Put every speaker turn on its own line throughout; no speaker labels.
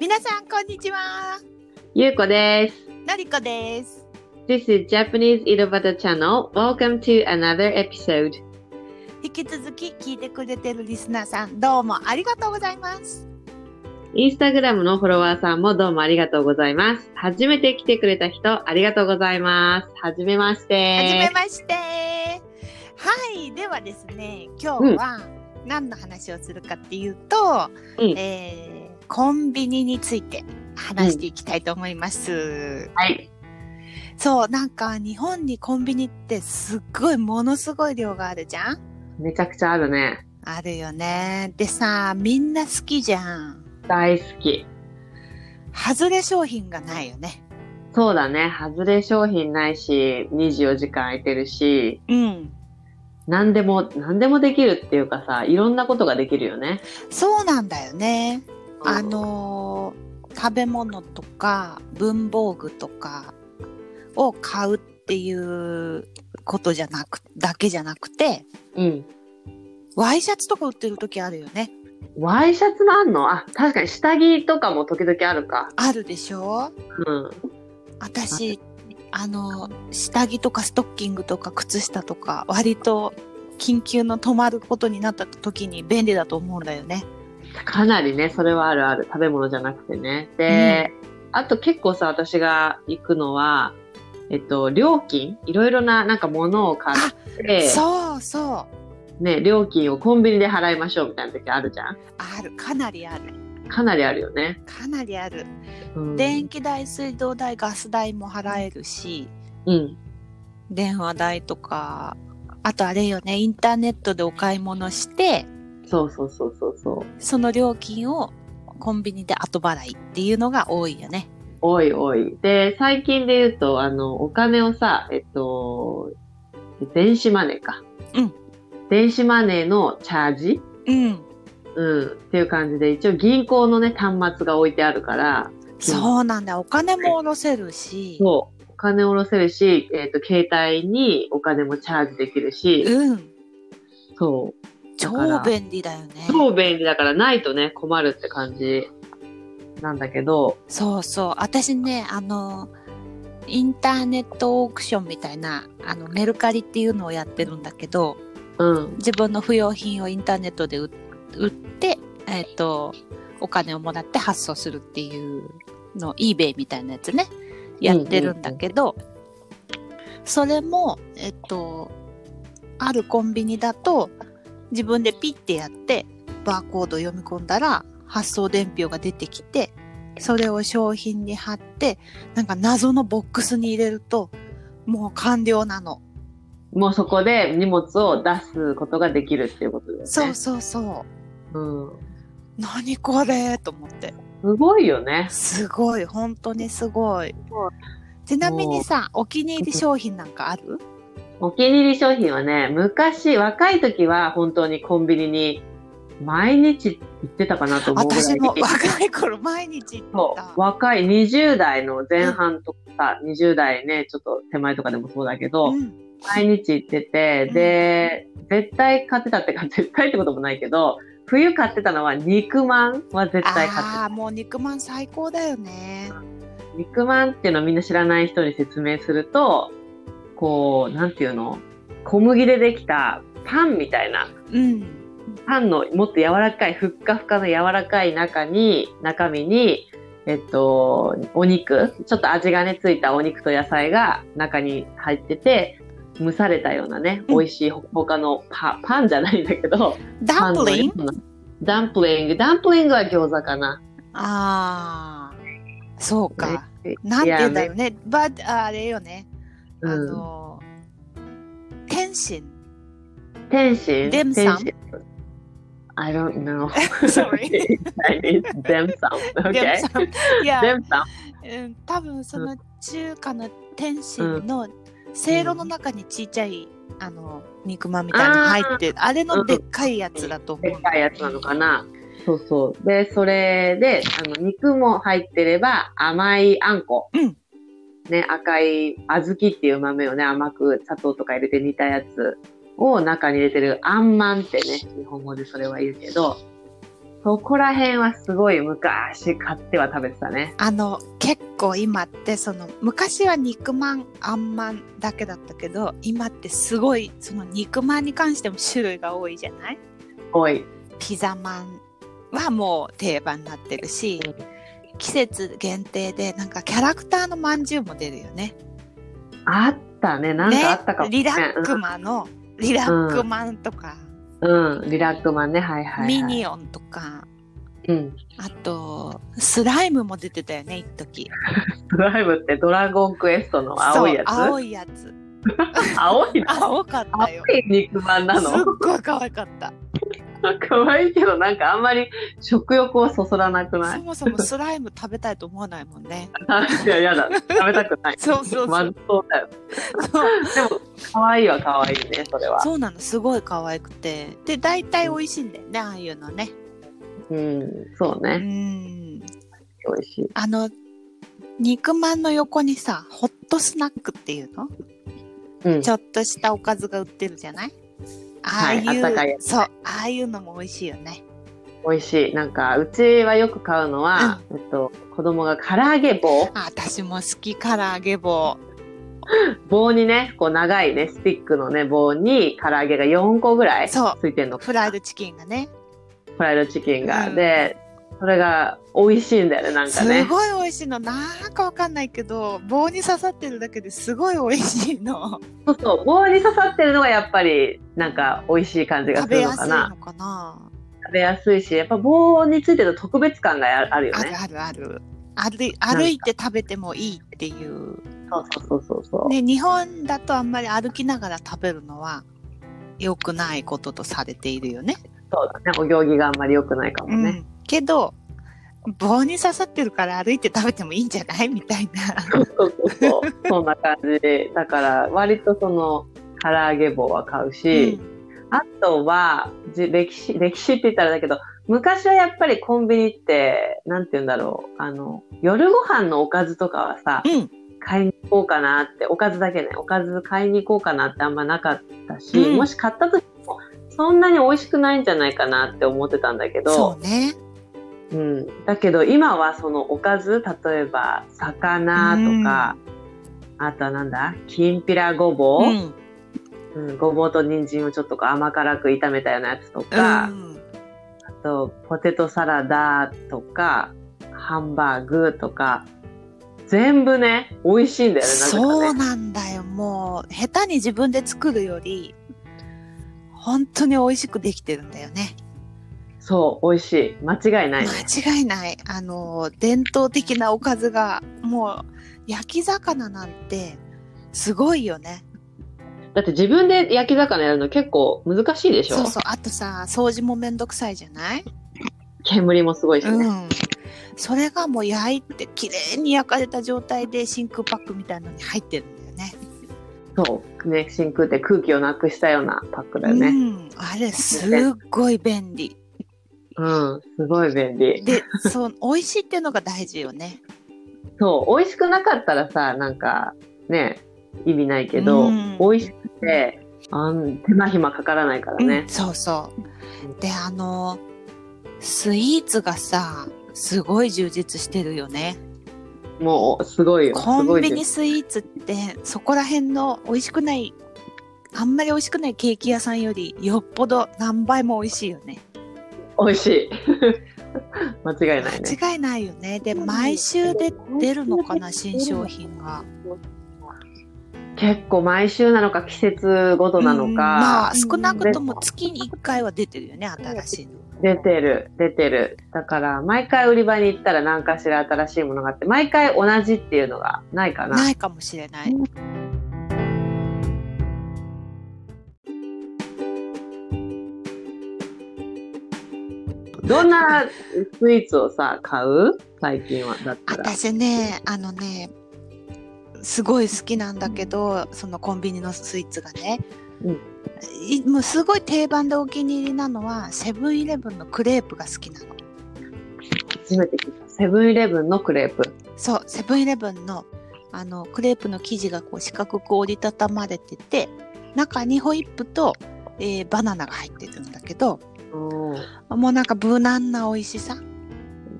皆さんこんにちは。
ゆうこです。
のりこです。
This is Japanese Irobata Channel. Welcome to another episode.
引き続き聞いてくれてるリスナーさん、どうもありがとうございます。
インスタグラムのフォロワーさんもどうもありがとうございます。初めて来てくれた人、ありがとうございます。はじめまして。
はじめまして。はい、ではですね、今日は何の話をするかっていうと、
うん
えーコンビニについて話していきたいと思います。
はい。
そう、なんか日本にコンビニってすっごいものすごい量があるじゃん
めちゃくちゃあるね。
あるよね。でさ、みんな好きじゃん。
大好き。
外れ商品がないよね。
そうだね。外れ商品ないし、24時間空いてるし、
うん。
何でも、何でもできるっていうかさ、いろんなことができるよね。
そうなんだよね。あ、のー食べ物とか文房具とかを買うっていうことじゃなく、だけじゃなくて、
うん。
ワイシャツとか売ってる時あるよね。
ワイシャツもあんのあ、確かに下着とかも時々あるか。
あるでしょ
うん。
私、あのー下着とかストッキングとか靴下とか、割と緊急の止まることになった時に便利だと思うんだよね。
かなりね、それはあるある。食べ物じゃなくてね。で、あと結構さ、私が行くのは、えっと、料金いろいろな、なんか物を買って、
そうそう。
ね、料金をコンビニで払いましょうみたいな時あるじゃん。
ある、かなりある。
かなりあるよね。
かなりある。
うん。
電気代、水道代、ガス代も払えるし、
うん。
電話代とか、あとあれよね、インターネットでお買い物して、
そうそうそうそうそう。
その料金をコンビニで後払いっていうのが多いよね。
おいおい。で、最近で言うと、あの、お金をさ、えっと、電子マネーか。
うん。
電子マネーのチャージ
うん。
うん。っていう感じで、一応銀行のね、端末が置いてあるから、
そうなんだ。お金も下ろせるし、
そう。お金を下ろせるし、えっ、と、携帯にお金もチャージできるし、
うん。
そう。だか
超
ら
便利だよね。
超便利だからないとね、困るって感じなんだけど、
そうそう。私ね、あの、インターネットオークションみたいな、あの、メルカリっていうのをやってるんだけど、
うん。
自分の不要品をインターネットで売売って、えっとお金をもらって発送するっていうの eBay みたいなやつねやってるんだけど、それも、えっとあるコンビニだと自分でピッてやってバーコード読み込んだら発送伝票が出てきてそれを商品に貼ってなんか謎のボックスに入れるともう完了なの。
もうそこで荷物を出すことができるっていうことだよね。
そうそうそう。
うん。
何これと思って
すごいよね。
すごい本当にすごい
ごい
ちなみにさお気に入り商品なんかある
お気に入り商品はね、昔、若い時は本当にコンビニに毎日行ってたかなと思うぐらい
私も若い頃毎日行っ
そ
てた
う若い20代の前半とか、20代ね、ちょっと手前とかでもそうだけど、
うん
毎日行ってて、
うん
で、絶対買ってたってか、絶対ってこともないけど、冬買ってたのは肉まんは絶対買って
あ
た
あ。もう肉まん最高だよね
肉まんっていうのをみんな知らない人に説明すると、こう、なんていうの小麦でできたパンみたいな、
うん
パンのもっと柔らかい、ふっかふかの柔らかい中に、中身に、えっと、お肉、ちょっと味がね、ついたお肉と野菜が中に入ってて、蒸されたようなね、
うん
美味しいほ他のパパンじゃないんだけど、
ダンプリン
パのようなダンプリング、ダンプリングは餃子かな。
ああそうか
ね
なんて言うんだ
い
ろうねバあれよねあ
やねうん
の天 津
天津
デムサン
天津 I don't know.
Sorry.
Chinese dim sum. Okay.
いや
Dim sum.
うん、多分その中華の天津のせいろの中にちっちゃい、あの肉まんみたいなの入ってあれのでっかいやつだと思う、
でっかいやつなのかな。そうそう。で、それで、あの、肉も入ってれば甘いあんこ。
うん
ね、赤い小豆っていう豆をね、甘く砂糖とか入れて煮たやつを中に入れてるあんまんってね、日本語でそれは言うけど、そこら辺はすごい昔買っては食べてたね。
あの結構今ってその昔は肉まんあんまんだけだったけど今ってすごいその肉まんに関しても種類が多いじゃない
おい。
ピザまんはもう定番になってるし季節限定でなんかキャラクターのまんじゅうも出るよね。
あったね。なんかあったかも、ね
リラックマの、リラックマンとか、
うん。うん、リラックマンね。はいはい、はい。
ミニオンとか
うん。
あとスライムも出てたよね一時
ドライブってドラゴンクエストの青いやつ
そう青いやつ
青いの
青かった
青
よ
い肉まんな
すっ
の
ごい可愛かった
可愛いけどなんかあんまり食欲をそそらなくな
そ
い
もそもスライム食べたいと思わないもんね
いややだ食べたくない
そうそうそう
まんそうだよ
そう
でも可愛いは可愛いねそれは
そうなのすごい可愛くてで大体美味しいんだよねああいうのね
うんそう
う
ね
ん
美味しい
あの肉まんの横にさホットスナックっていうの
うん
ちょっとしたおかずが売ってるじゃないああ、
はいいうあったかいや
そうああいうのも美味しいよね
美味しいなんかうちはよく買うのは、えっと子供が唐揚げ棒
あ私も好き唐揚げ棒
棒にねこう長いねスティックのね棒に唐揚げが4個ぐらいつ
そう
いてんの
フライドチキンがね
フライドチキンが、
うん
でそれが美味しいんだよねなんか
す
ね
ごい美味しいのなんかわかんないけど棒に刺さってるだけですごい美味しいの
そうそう棒に刺さってるのがやっぱりなんか美味しい感じが
食
す
べ
るの
やす
か
い
な
のかな
食べやすいしやっぱ棒についてると特別感がああるよ
あ
ね
るあるある歩い歩いて食べてもいいっていう
そうそうそうそう、
ね、日本だとあんまり歩きながら食べるのは良くないこととされているよね。
そうだねお行儀があんまり良くないかも
う
ね、
ん、けど棒に刺さってるから歩いて食べてもいいんじゃないみたいな。
そうそうそうそんな感じだから割とその唐揚げ棒は買うし、あとはじ歴史歴史って言ったらだけど昔はやっぱりコンビニってなんて言うんだろうあの夜ご飯のおかずとかはさ、
うん、
買いに行こうかなって、おかずだけね、おかず買いに行こうかなってあんまなかったし、
うん
もし買った時も、そんなに美味しくないんじゃないかなって思ってたんだけ
そ
ど、
うね。
うん、だけど今はそのおかず、例えば魚とか、あとはなんだ、きんぴらごぼ
う
う、
ん、
うんごぼうと人参をちょっとこう甘辛く炒めたようなやつとか、
うん、
あとポテトサラダとか、ハンバーグとか、全部ね、美味しいんだよね、なぜかね。
そうなんだよ。もう下手に自分で作るより本当に美味しくできてるんだよね。
そう、美味しい。間違いないね。
間違いない。あの、伝統的なおかずが、もう、焼き魚なんて、すごいよね。
だって自分で焼き魚やるの結構難しいでしょ
そうそう。あとさ、掃除もめんどくさいじゃない
煙もすごいしね。
うん。それがもう焼いて、綺麗に焼かれた状態で真空パックみたいなのに入ってるんだよね。
そう。ね、真空って空気をなくしたようなパックだよ
う
ね。
ん。あれ、すっごい便利。
うん、すごい便利。
で、そう、美味しいっていうのが大事よね。
そう、美味しくなかったらさ、なんか、ね、意味ないけど、
うん
美味しくて、あん手間暇かからないから
う
ね
ん。そうそう。で、あの、スイーツがさ、すごい充実してるよね。
もう、すごいよ。す
コ
ご
ン
い
ビ
で
ニ
す
スイーツってそこら辺の美味しくないあんまり美味しくないケーキ屋さんよりよっぽど何倍も美味しいよね
美味しい。 間違いないね。
間違いないよねで毎週で出るのかな新商品が
結構毎週なのか季節ごとなのか、
うんまあ少なくとも月に1回は出てるよね新しいの
出てる出てるだから毎回売り場に行ったら何かしら新しいものがあって毎回同じっていうのがないかな
ないかもしれない
どんなスイーツをさ買う最近はだったら
私ねあのねすごい好きなんだけどそのコンビニのスイーツがね、
うん
いもうすごい定番でお気に入りなのはセブンイレブンのクレープが好きなの
初めて聞いたセブンイレブンのクレープ
そうセブンイレブンのあのクレープの生地がこう四角く折りたたまれてて中にホイップと、えーバナナが入ってるんだけど
うん
もうなんか無難な美味しさ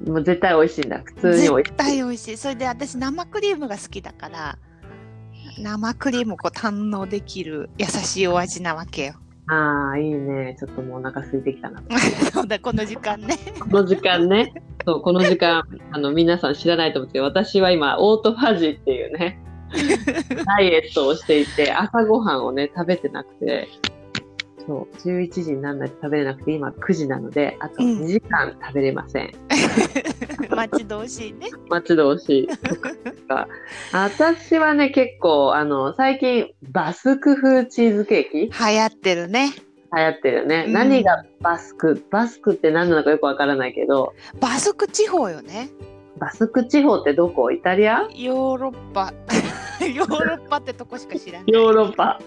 もう絶対美味しいんだ。普通に美味し
絶対美味しいそれで私生クリームが好きだから生クリームをこう堪能できる優しいお味なわけよ
い。ああ、いいね。ちょっともうお腹空いてきたな。
そうだこの時間 ね
この時間ね。そう、この時間、 あの、皆さん知らないと思うんですけど、私は今、オートファジーっていう ね、ダイエットをしていて、朝ごはんをね、食べてなくて、そう、11時になんないと食べれなくて、今9時なので、あ
う
と
ん
2時間食べれません。
待ち遠しいね
待ち遠し い。そっか私はね、結構、あの、最近、バスク風チーズケーキ流
流行ってるね
行ってるよね。
うん
何がバスクバスクって何なのかよくわからないけど、
バスク地方よね
バスク地方ってどこイタリア
ヨーロッパ ヨーロッパってとこしか知らない
ヨーロッパ。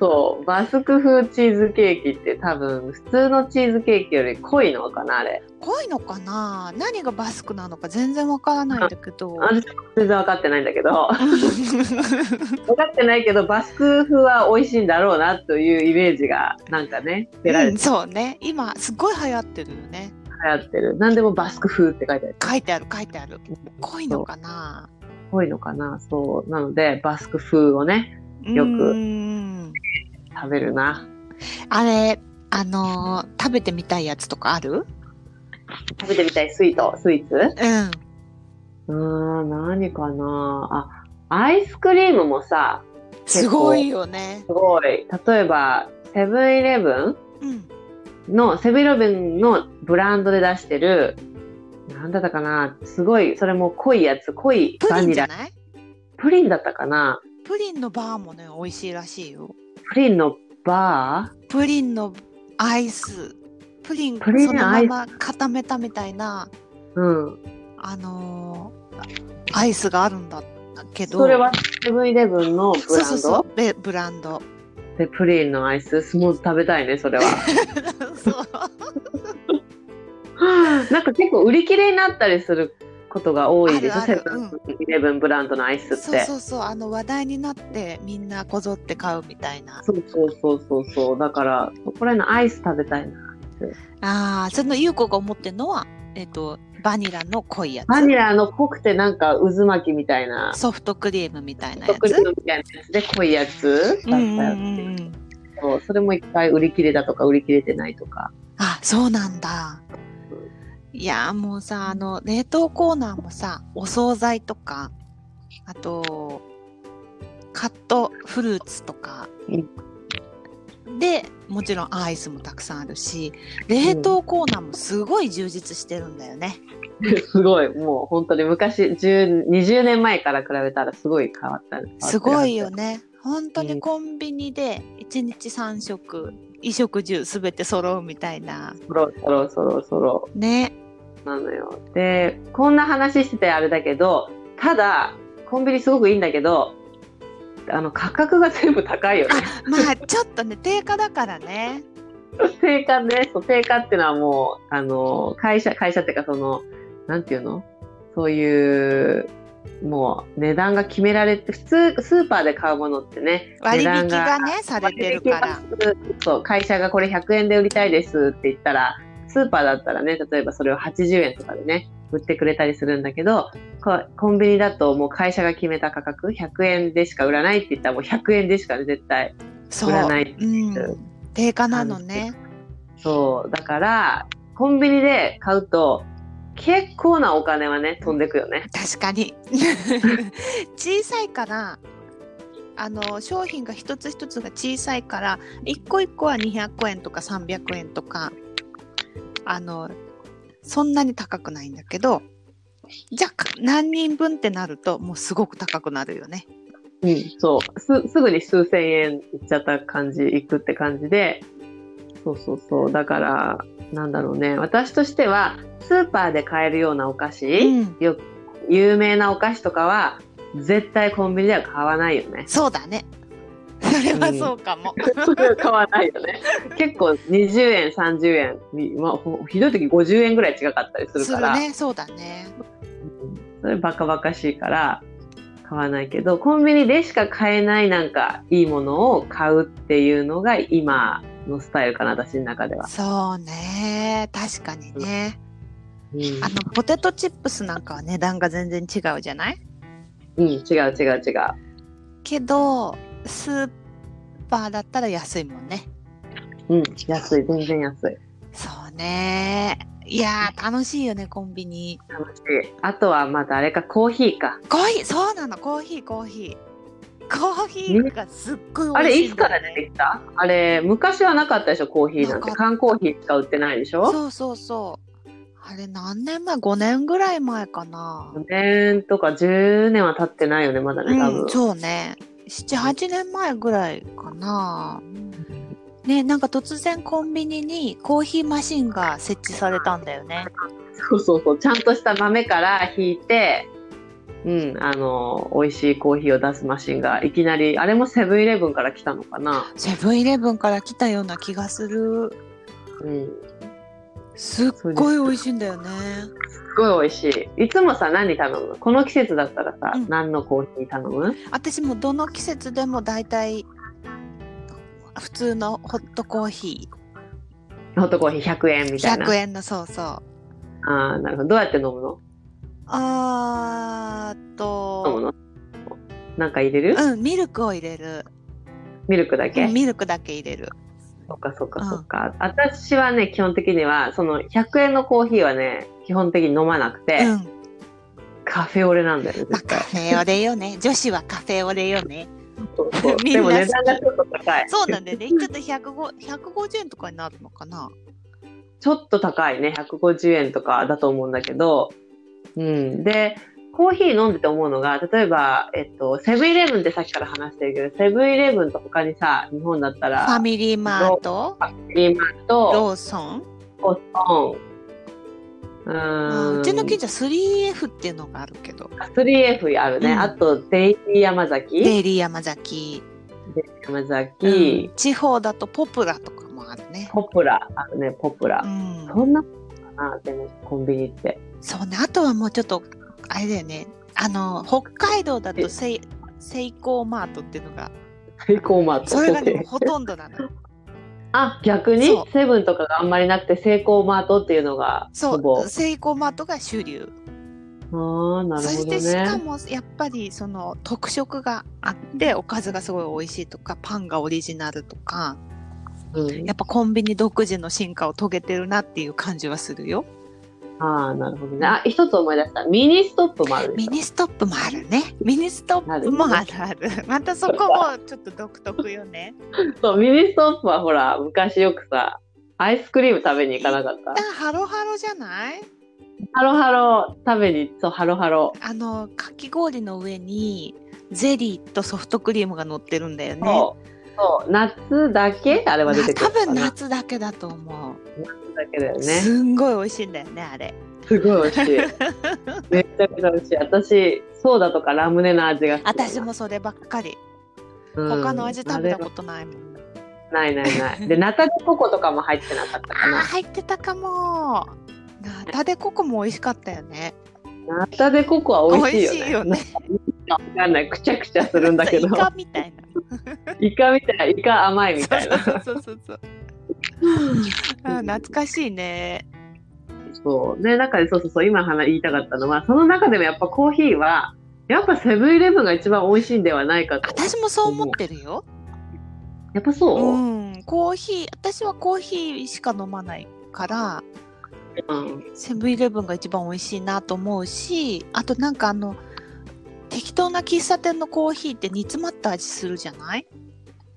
そう、バスク風チーズケーキって多分、普通のチーズケーキより濃いのかな、あれ。
濃いのかな何がバスクなのか全然わからないんだけど
私、全然分かってないんだ けど、分かってないけど、バスク風は美味しいんだろうなというイメージが、なんかね、出られ
うん
て
そうね今すごい流行ってるよね
流行ってる。何でもバスク風って書いてある。
書いてある書いてある濃いのかな
濃いのかな、そう。なので、バスク風をね、よく
うん
食べるな。
あれあのー食べてみたいやつとかある
食べてみたいスイート、スイーツ
うん
うーん、何かな。あ、アイスクリームもさ、
すごいよね
すごい。例えば、セブンイレブン
うん
のセブンイレブンのブランドで出してるなんだったかなすごいそれも濃いやつ濃い
プ
バ
リン
ニ
じゃ
ラ
ない
プリンだったかな
プリンのバーもね美味しいらしいよ
プリンのバ
プリンのアイスプリン
プリン
その
ア
ま
イス
ま固めたみたいな
ーうん
あのーアイスがあるんだけど
それはセブンイレブンのブ
そう
ラ
そう
ン
そ
ド
うでブランド
でプリンのアイスもう食べたいねそれは
そう
なんか結構売り切れになったりすることが多いでしょ
あ
セ
るある
ブンイレブンブランドのアイスって
そうそうそうあの話題になってみんなこぞって買うみたいな
そうそうそうそうそうだからそこら辺のアイス食べたいな
ああその優子が思ってるのはえっ、とバニラの濃いやつ
バニラの濃くてなんか渦巻きみたいな
ソフトクリームみたいなや
特
つ
にみたいなやつで濃いやつ
うんう
だっ
んう
た
ん
よ
うん
そうそれもいっぱい売り切れだとか売り切れてないとか
あそうなんだいやーもうさあの冷凍コーナーもさお惣菜とかあとカットフルーツとかでもちろんアイスもたくさんあるし冷凍コーナーもすごい充実してるんだよね、
すごいもう本当に昔10 20年前から比べたらすごい変わった変わってる
すごいよね本当にコンビニで1日3食衣食住すべて揃うみたいな
そろそろそろそろ
ね
なのよでこんな話しててあれだけどただコンビニすごくいいんだけどあの価格が全部高いよね
まあちょっ とね定価だからね
定価ねそう定価っていうのはもうあの会社会社っていうかそのなんていうのそういうもう値段が決められて普通スーパーで買うものってね
割
値段
引がねされてるから
割引がそう会社がこれ100円で売りたいですって言ったらスーパーだったらね例えばそれを80円とかでね売ってくれたりするんだけどこコンビニだともう会社が決めた価格100円でしか売らないって言ったらもう100円でしかね絶対
そう
売らない
うん、定価なのね
そうだからコンビニで買うと結構なお金はね飛んでくよね
確か に小さいからあの商品が一つ一つが小さいから一個一個は200円とか300円とかあのそんなに高くないんだけどじゃあ何人分ってなるともうすごく高くなるよね。
うん、そうすすぐに数千円いっちゃった感じいくって感じでそうそうそうだからなんだろうね私としてはスーパーで買えるようなお菓子、
うん、
よ有名なお菓子とかは絶対コンビニでは買わないよね
そうだね。それはそうか も。
それは買わないよね 結構20円30円に、まあ、ほひどい時50円ぐらい違かったりする
す
か
る
ら
ね、そうだね。
それバカバカしいから買わないけどコンビニでしか買えないなんかいいものを買うっていうのが今のスタイルかな、私の中では。
そうね確かにね、
うん、
あのポテトチップスなんかは値段が全然違うじゃない
うん、違う違う違う。
けどスーパーだったら安いもんね
うん、安い、全然安い。
そうねいやー楽しいよねコンビニ
楽しい。あとはまたあれか、コーヒーか。
コーヒーそうなのコーヒーコーヒーコーヒーがすっご
あ
い美
れ、
味し
い
いん
つ
だ
か
よね、
ら出てきたあれ、昔はなかったでしょ、コーヒーなん
な
て
か。った
缶コーヒーしか売ってないでしょ
そうそうそうあれ何年前5年ぐらい前かな
?5 年とか10年は経ってないよね、まだね、多分。
うん、そうね78年前ぐらいかなねなんか突然コンビニにコーヒーマシンが設置されたんだよね
そうそうそう、ちゃんとした豆から引いて、うん、あの、美味しいコーヒーを出すマシンが、いきなり、あれもセブンイレブンから来たのかな。
セブンイレブンから来たような気がする
うん。
すっごい美味しいんだよね
すごい美味しい。いつもさ、何頼むこの季節だったらさ、
うん
何のコーヒー頼む
私もどの季節でも大体普通のホットコーヒ
ホットコーヒー100円
ー
みたいな。
100円のそうそう
ああ、なるほど。どうやって飲むの
あーっ
飲む
と
のなんか入れる
うんミルクを入れる
ミルクだけ、
うんミルクだけ入れる
そっかそっか
うん
そっか。私はね、基本的には、その100円のコーヒーはね、基本的に飲まなくて、
うん
カフェオレなんだよね、
まあ
絶
カ
対。
フェオレよね女子はカフェオレよね
そう そう
みん
で
な好
も
き
値段がちょっと高い。
そうなん だよねちょっと105 150円とかになるのかな
ちょっと高いね、150円とかだと思うんだけど、うん。で、コーヒー飲んでて思うのが、例えば、えっと、セブンイレブンってさっきから話してるけど、セブンイレブンと他にさ、日本だった
ファ
ら、
ミリーマート
リーマンと、
ローソン
コスト
うん
ン、うーん。
うちの近所 3F っていうのがあるけど
3F あるね。
うん
あと、デイリー山崎。
デイリー山崎、
山
うん
崎、
地方だとポプラとかもあるね
ポプラ、あるね、ポプ
う
ラ。
ん
そんなもんかな、でも、コンビニって。
そうねあとはもうちょっとあれだよねあの北海道だとセイセイコーマートっていうの が
セイコーマート。
それがねほとんどなのよ
あ、逆に
そう
セブンとかがあんまりなくて、セイコーマートっていうのが、
そ
ほぼ
う。セイコーマートが主流
ああ、なる
そし
ほど
てしか
ね。
もやっぱりその特色があっておかずがすごい美味しいとかパンがオリジナルとか
うん
やっぱコンビニ独自の進化を遂げてるなっていう感じはするよ
ああ、なるほどね。あ、一つ思い出した。ミニストップもあるで
ミ
しょ。
ニストップもあるねミニストップもあるあるまたそこもちょっと独特よね
そう、ミニストップはほら、昔よくさ、アイスクリーム食べに行かなかった
だからハロハロじゃない
ハロハロ食べに、そう、ハロハロ。
あのかき氷の上にゼリーとソフトクリームが乗ってるんだよね
そう。そう夏だけあれは出てくる
多
のか
分
な
夏だけだと思う
夏だけだよね
すんごい美味しいんだよねあれ
すごい美味しいめちゃくちゃ美味しい私ソーダとかラムネの味が好き
私もそればっかり
うん
他の味食べた
あ
ことないもん、
れないないないでナタデココとかも入ってなかった
あ
か
ー
な
入ってたかもなタデココも美味しかったよね
ナタデココは美味しい
よ
よね
ね
わかんないくちゃくちゃするんだけ ど
イカみたいな
イカみたいイカ甘いみたいな
そうそうそうそうあー懐かしいね
そうね中でそうそうそう今話言いたかったのはその中でもやっぱコーヒーはやっぱセブンイレブンが一番美味しいんではないかと
私もそう思ってるよ
やっぱそう、
うんコーヒー私はコーヒーしか飲まないから
うん
セブンイレブンが一番美味しいなと思うしあとなんかあの適当な喫茶店のコーヒーって煮詰まった味するじゃない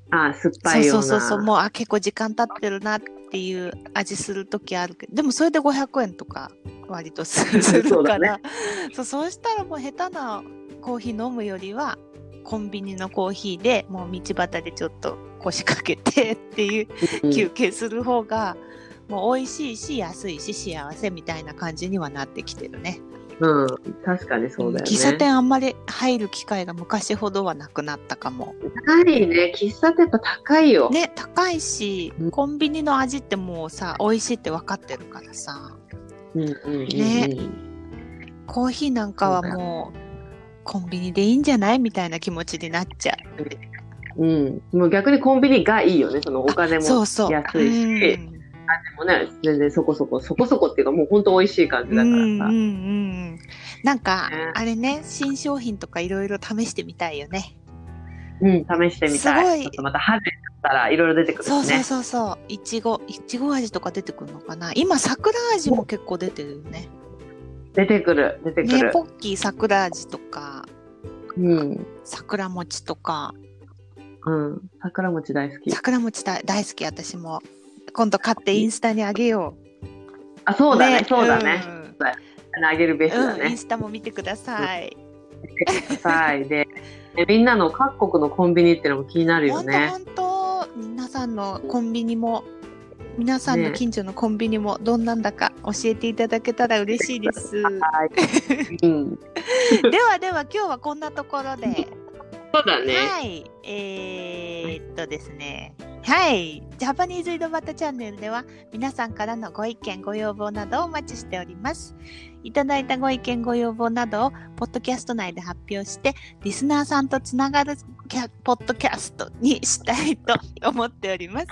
ああ酸っぱ
そう
いよう
そ
な
うそうそうもうあ結構時間経ってるなっていう味する時あるけどでもそれで500円とか割とすす
そ
る
う
か
だ
ら
ね
そうそうしたらもう下手なコーヒー飲むよりはコンビニのコーヒーでもう道端でちょっと腰掛けてっていう
うん
休憩する方が、もう美味しいし安いし幸せみたいな感じにはなってきてるね
うん、確かにそうだよね。
喫茶店あんまり入る機会が昔ほどはなくなったかも
ないね。喫茶店やっぱ高いよ。
ね高いし
うん
コンビニの味ってもうさ美味しいって分かってるからさ
うんうんうんうん
ねコーヒーなんかはもうコンビニでいいんじゃないみたいな気持ちになっちゃう
うん。もう逆にコンビニがいいよね。そのお金も
そうそう。
安いし
うん
味もね、全然そこそこ、そこそこっていうかもう本当美味しい感じだからさ。
うんうんうんうんなんか、
ね
あれね新商品とかいろいろ試してみたいよね
うん、試してみた
すご
い。
い
ちょっとまた春になったらいろいろ出てくるし
そう
ね。
そうそうそういちごいちご味とか出てくるのかな今桜味も結構出てるよね
出てくる、出てく
ね
る。
ポッキー桜味とか
うん。
桜餅とか
うん。桜餅大好き。
桜餅大大好き私も今度買ってインスタにあげよう
あ、そうだね、そうだね。
うん
あげるべしだ
うんイン
ね。
スタも見てください、
見てください。で、でみんなの各国のコンビニってのも気になるよ
本
ね。
当本当皆さんのコンビニも皆さんの近所のコンビニもどんなんだか教えていただけたら嬉しい です。
うん。
ではでは今日はこんなところで、
そうだね。
はい、えー、っとですね、はい、ジャパニーズ井戸端チャンネルでは皆さんからのご意見ご要望などをお待ちしております。いただいたご意見ご要望などをポッドキャスト内で発表してリスナーさんとつながるキャポッドキャストにしたいと思っております。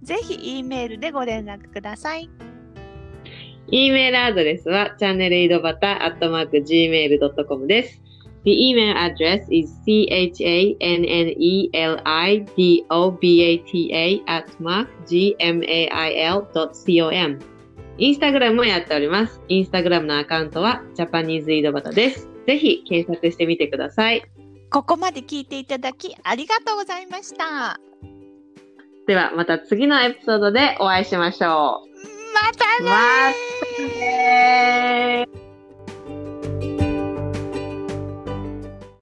ぜひ E メールでご連絡ください。
E メールアドレスは channelidobata.gmail.com です。The email address is chanelidobata at mark gmail.com インスタグラムもやっております。インスタグラムのアカウントはジャパニーズ井戸端です。ぜひ検索してみてください。
ここまで聞いていただきありがとうございました。
ではまた次のエピソードでお会いしましょ
また
う。
ね
またねー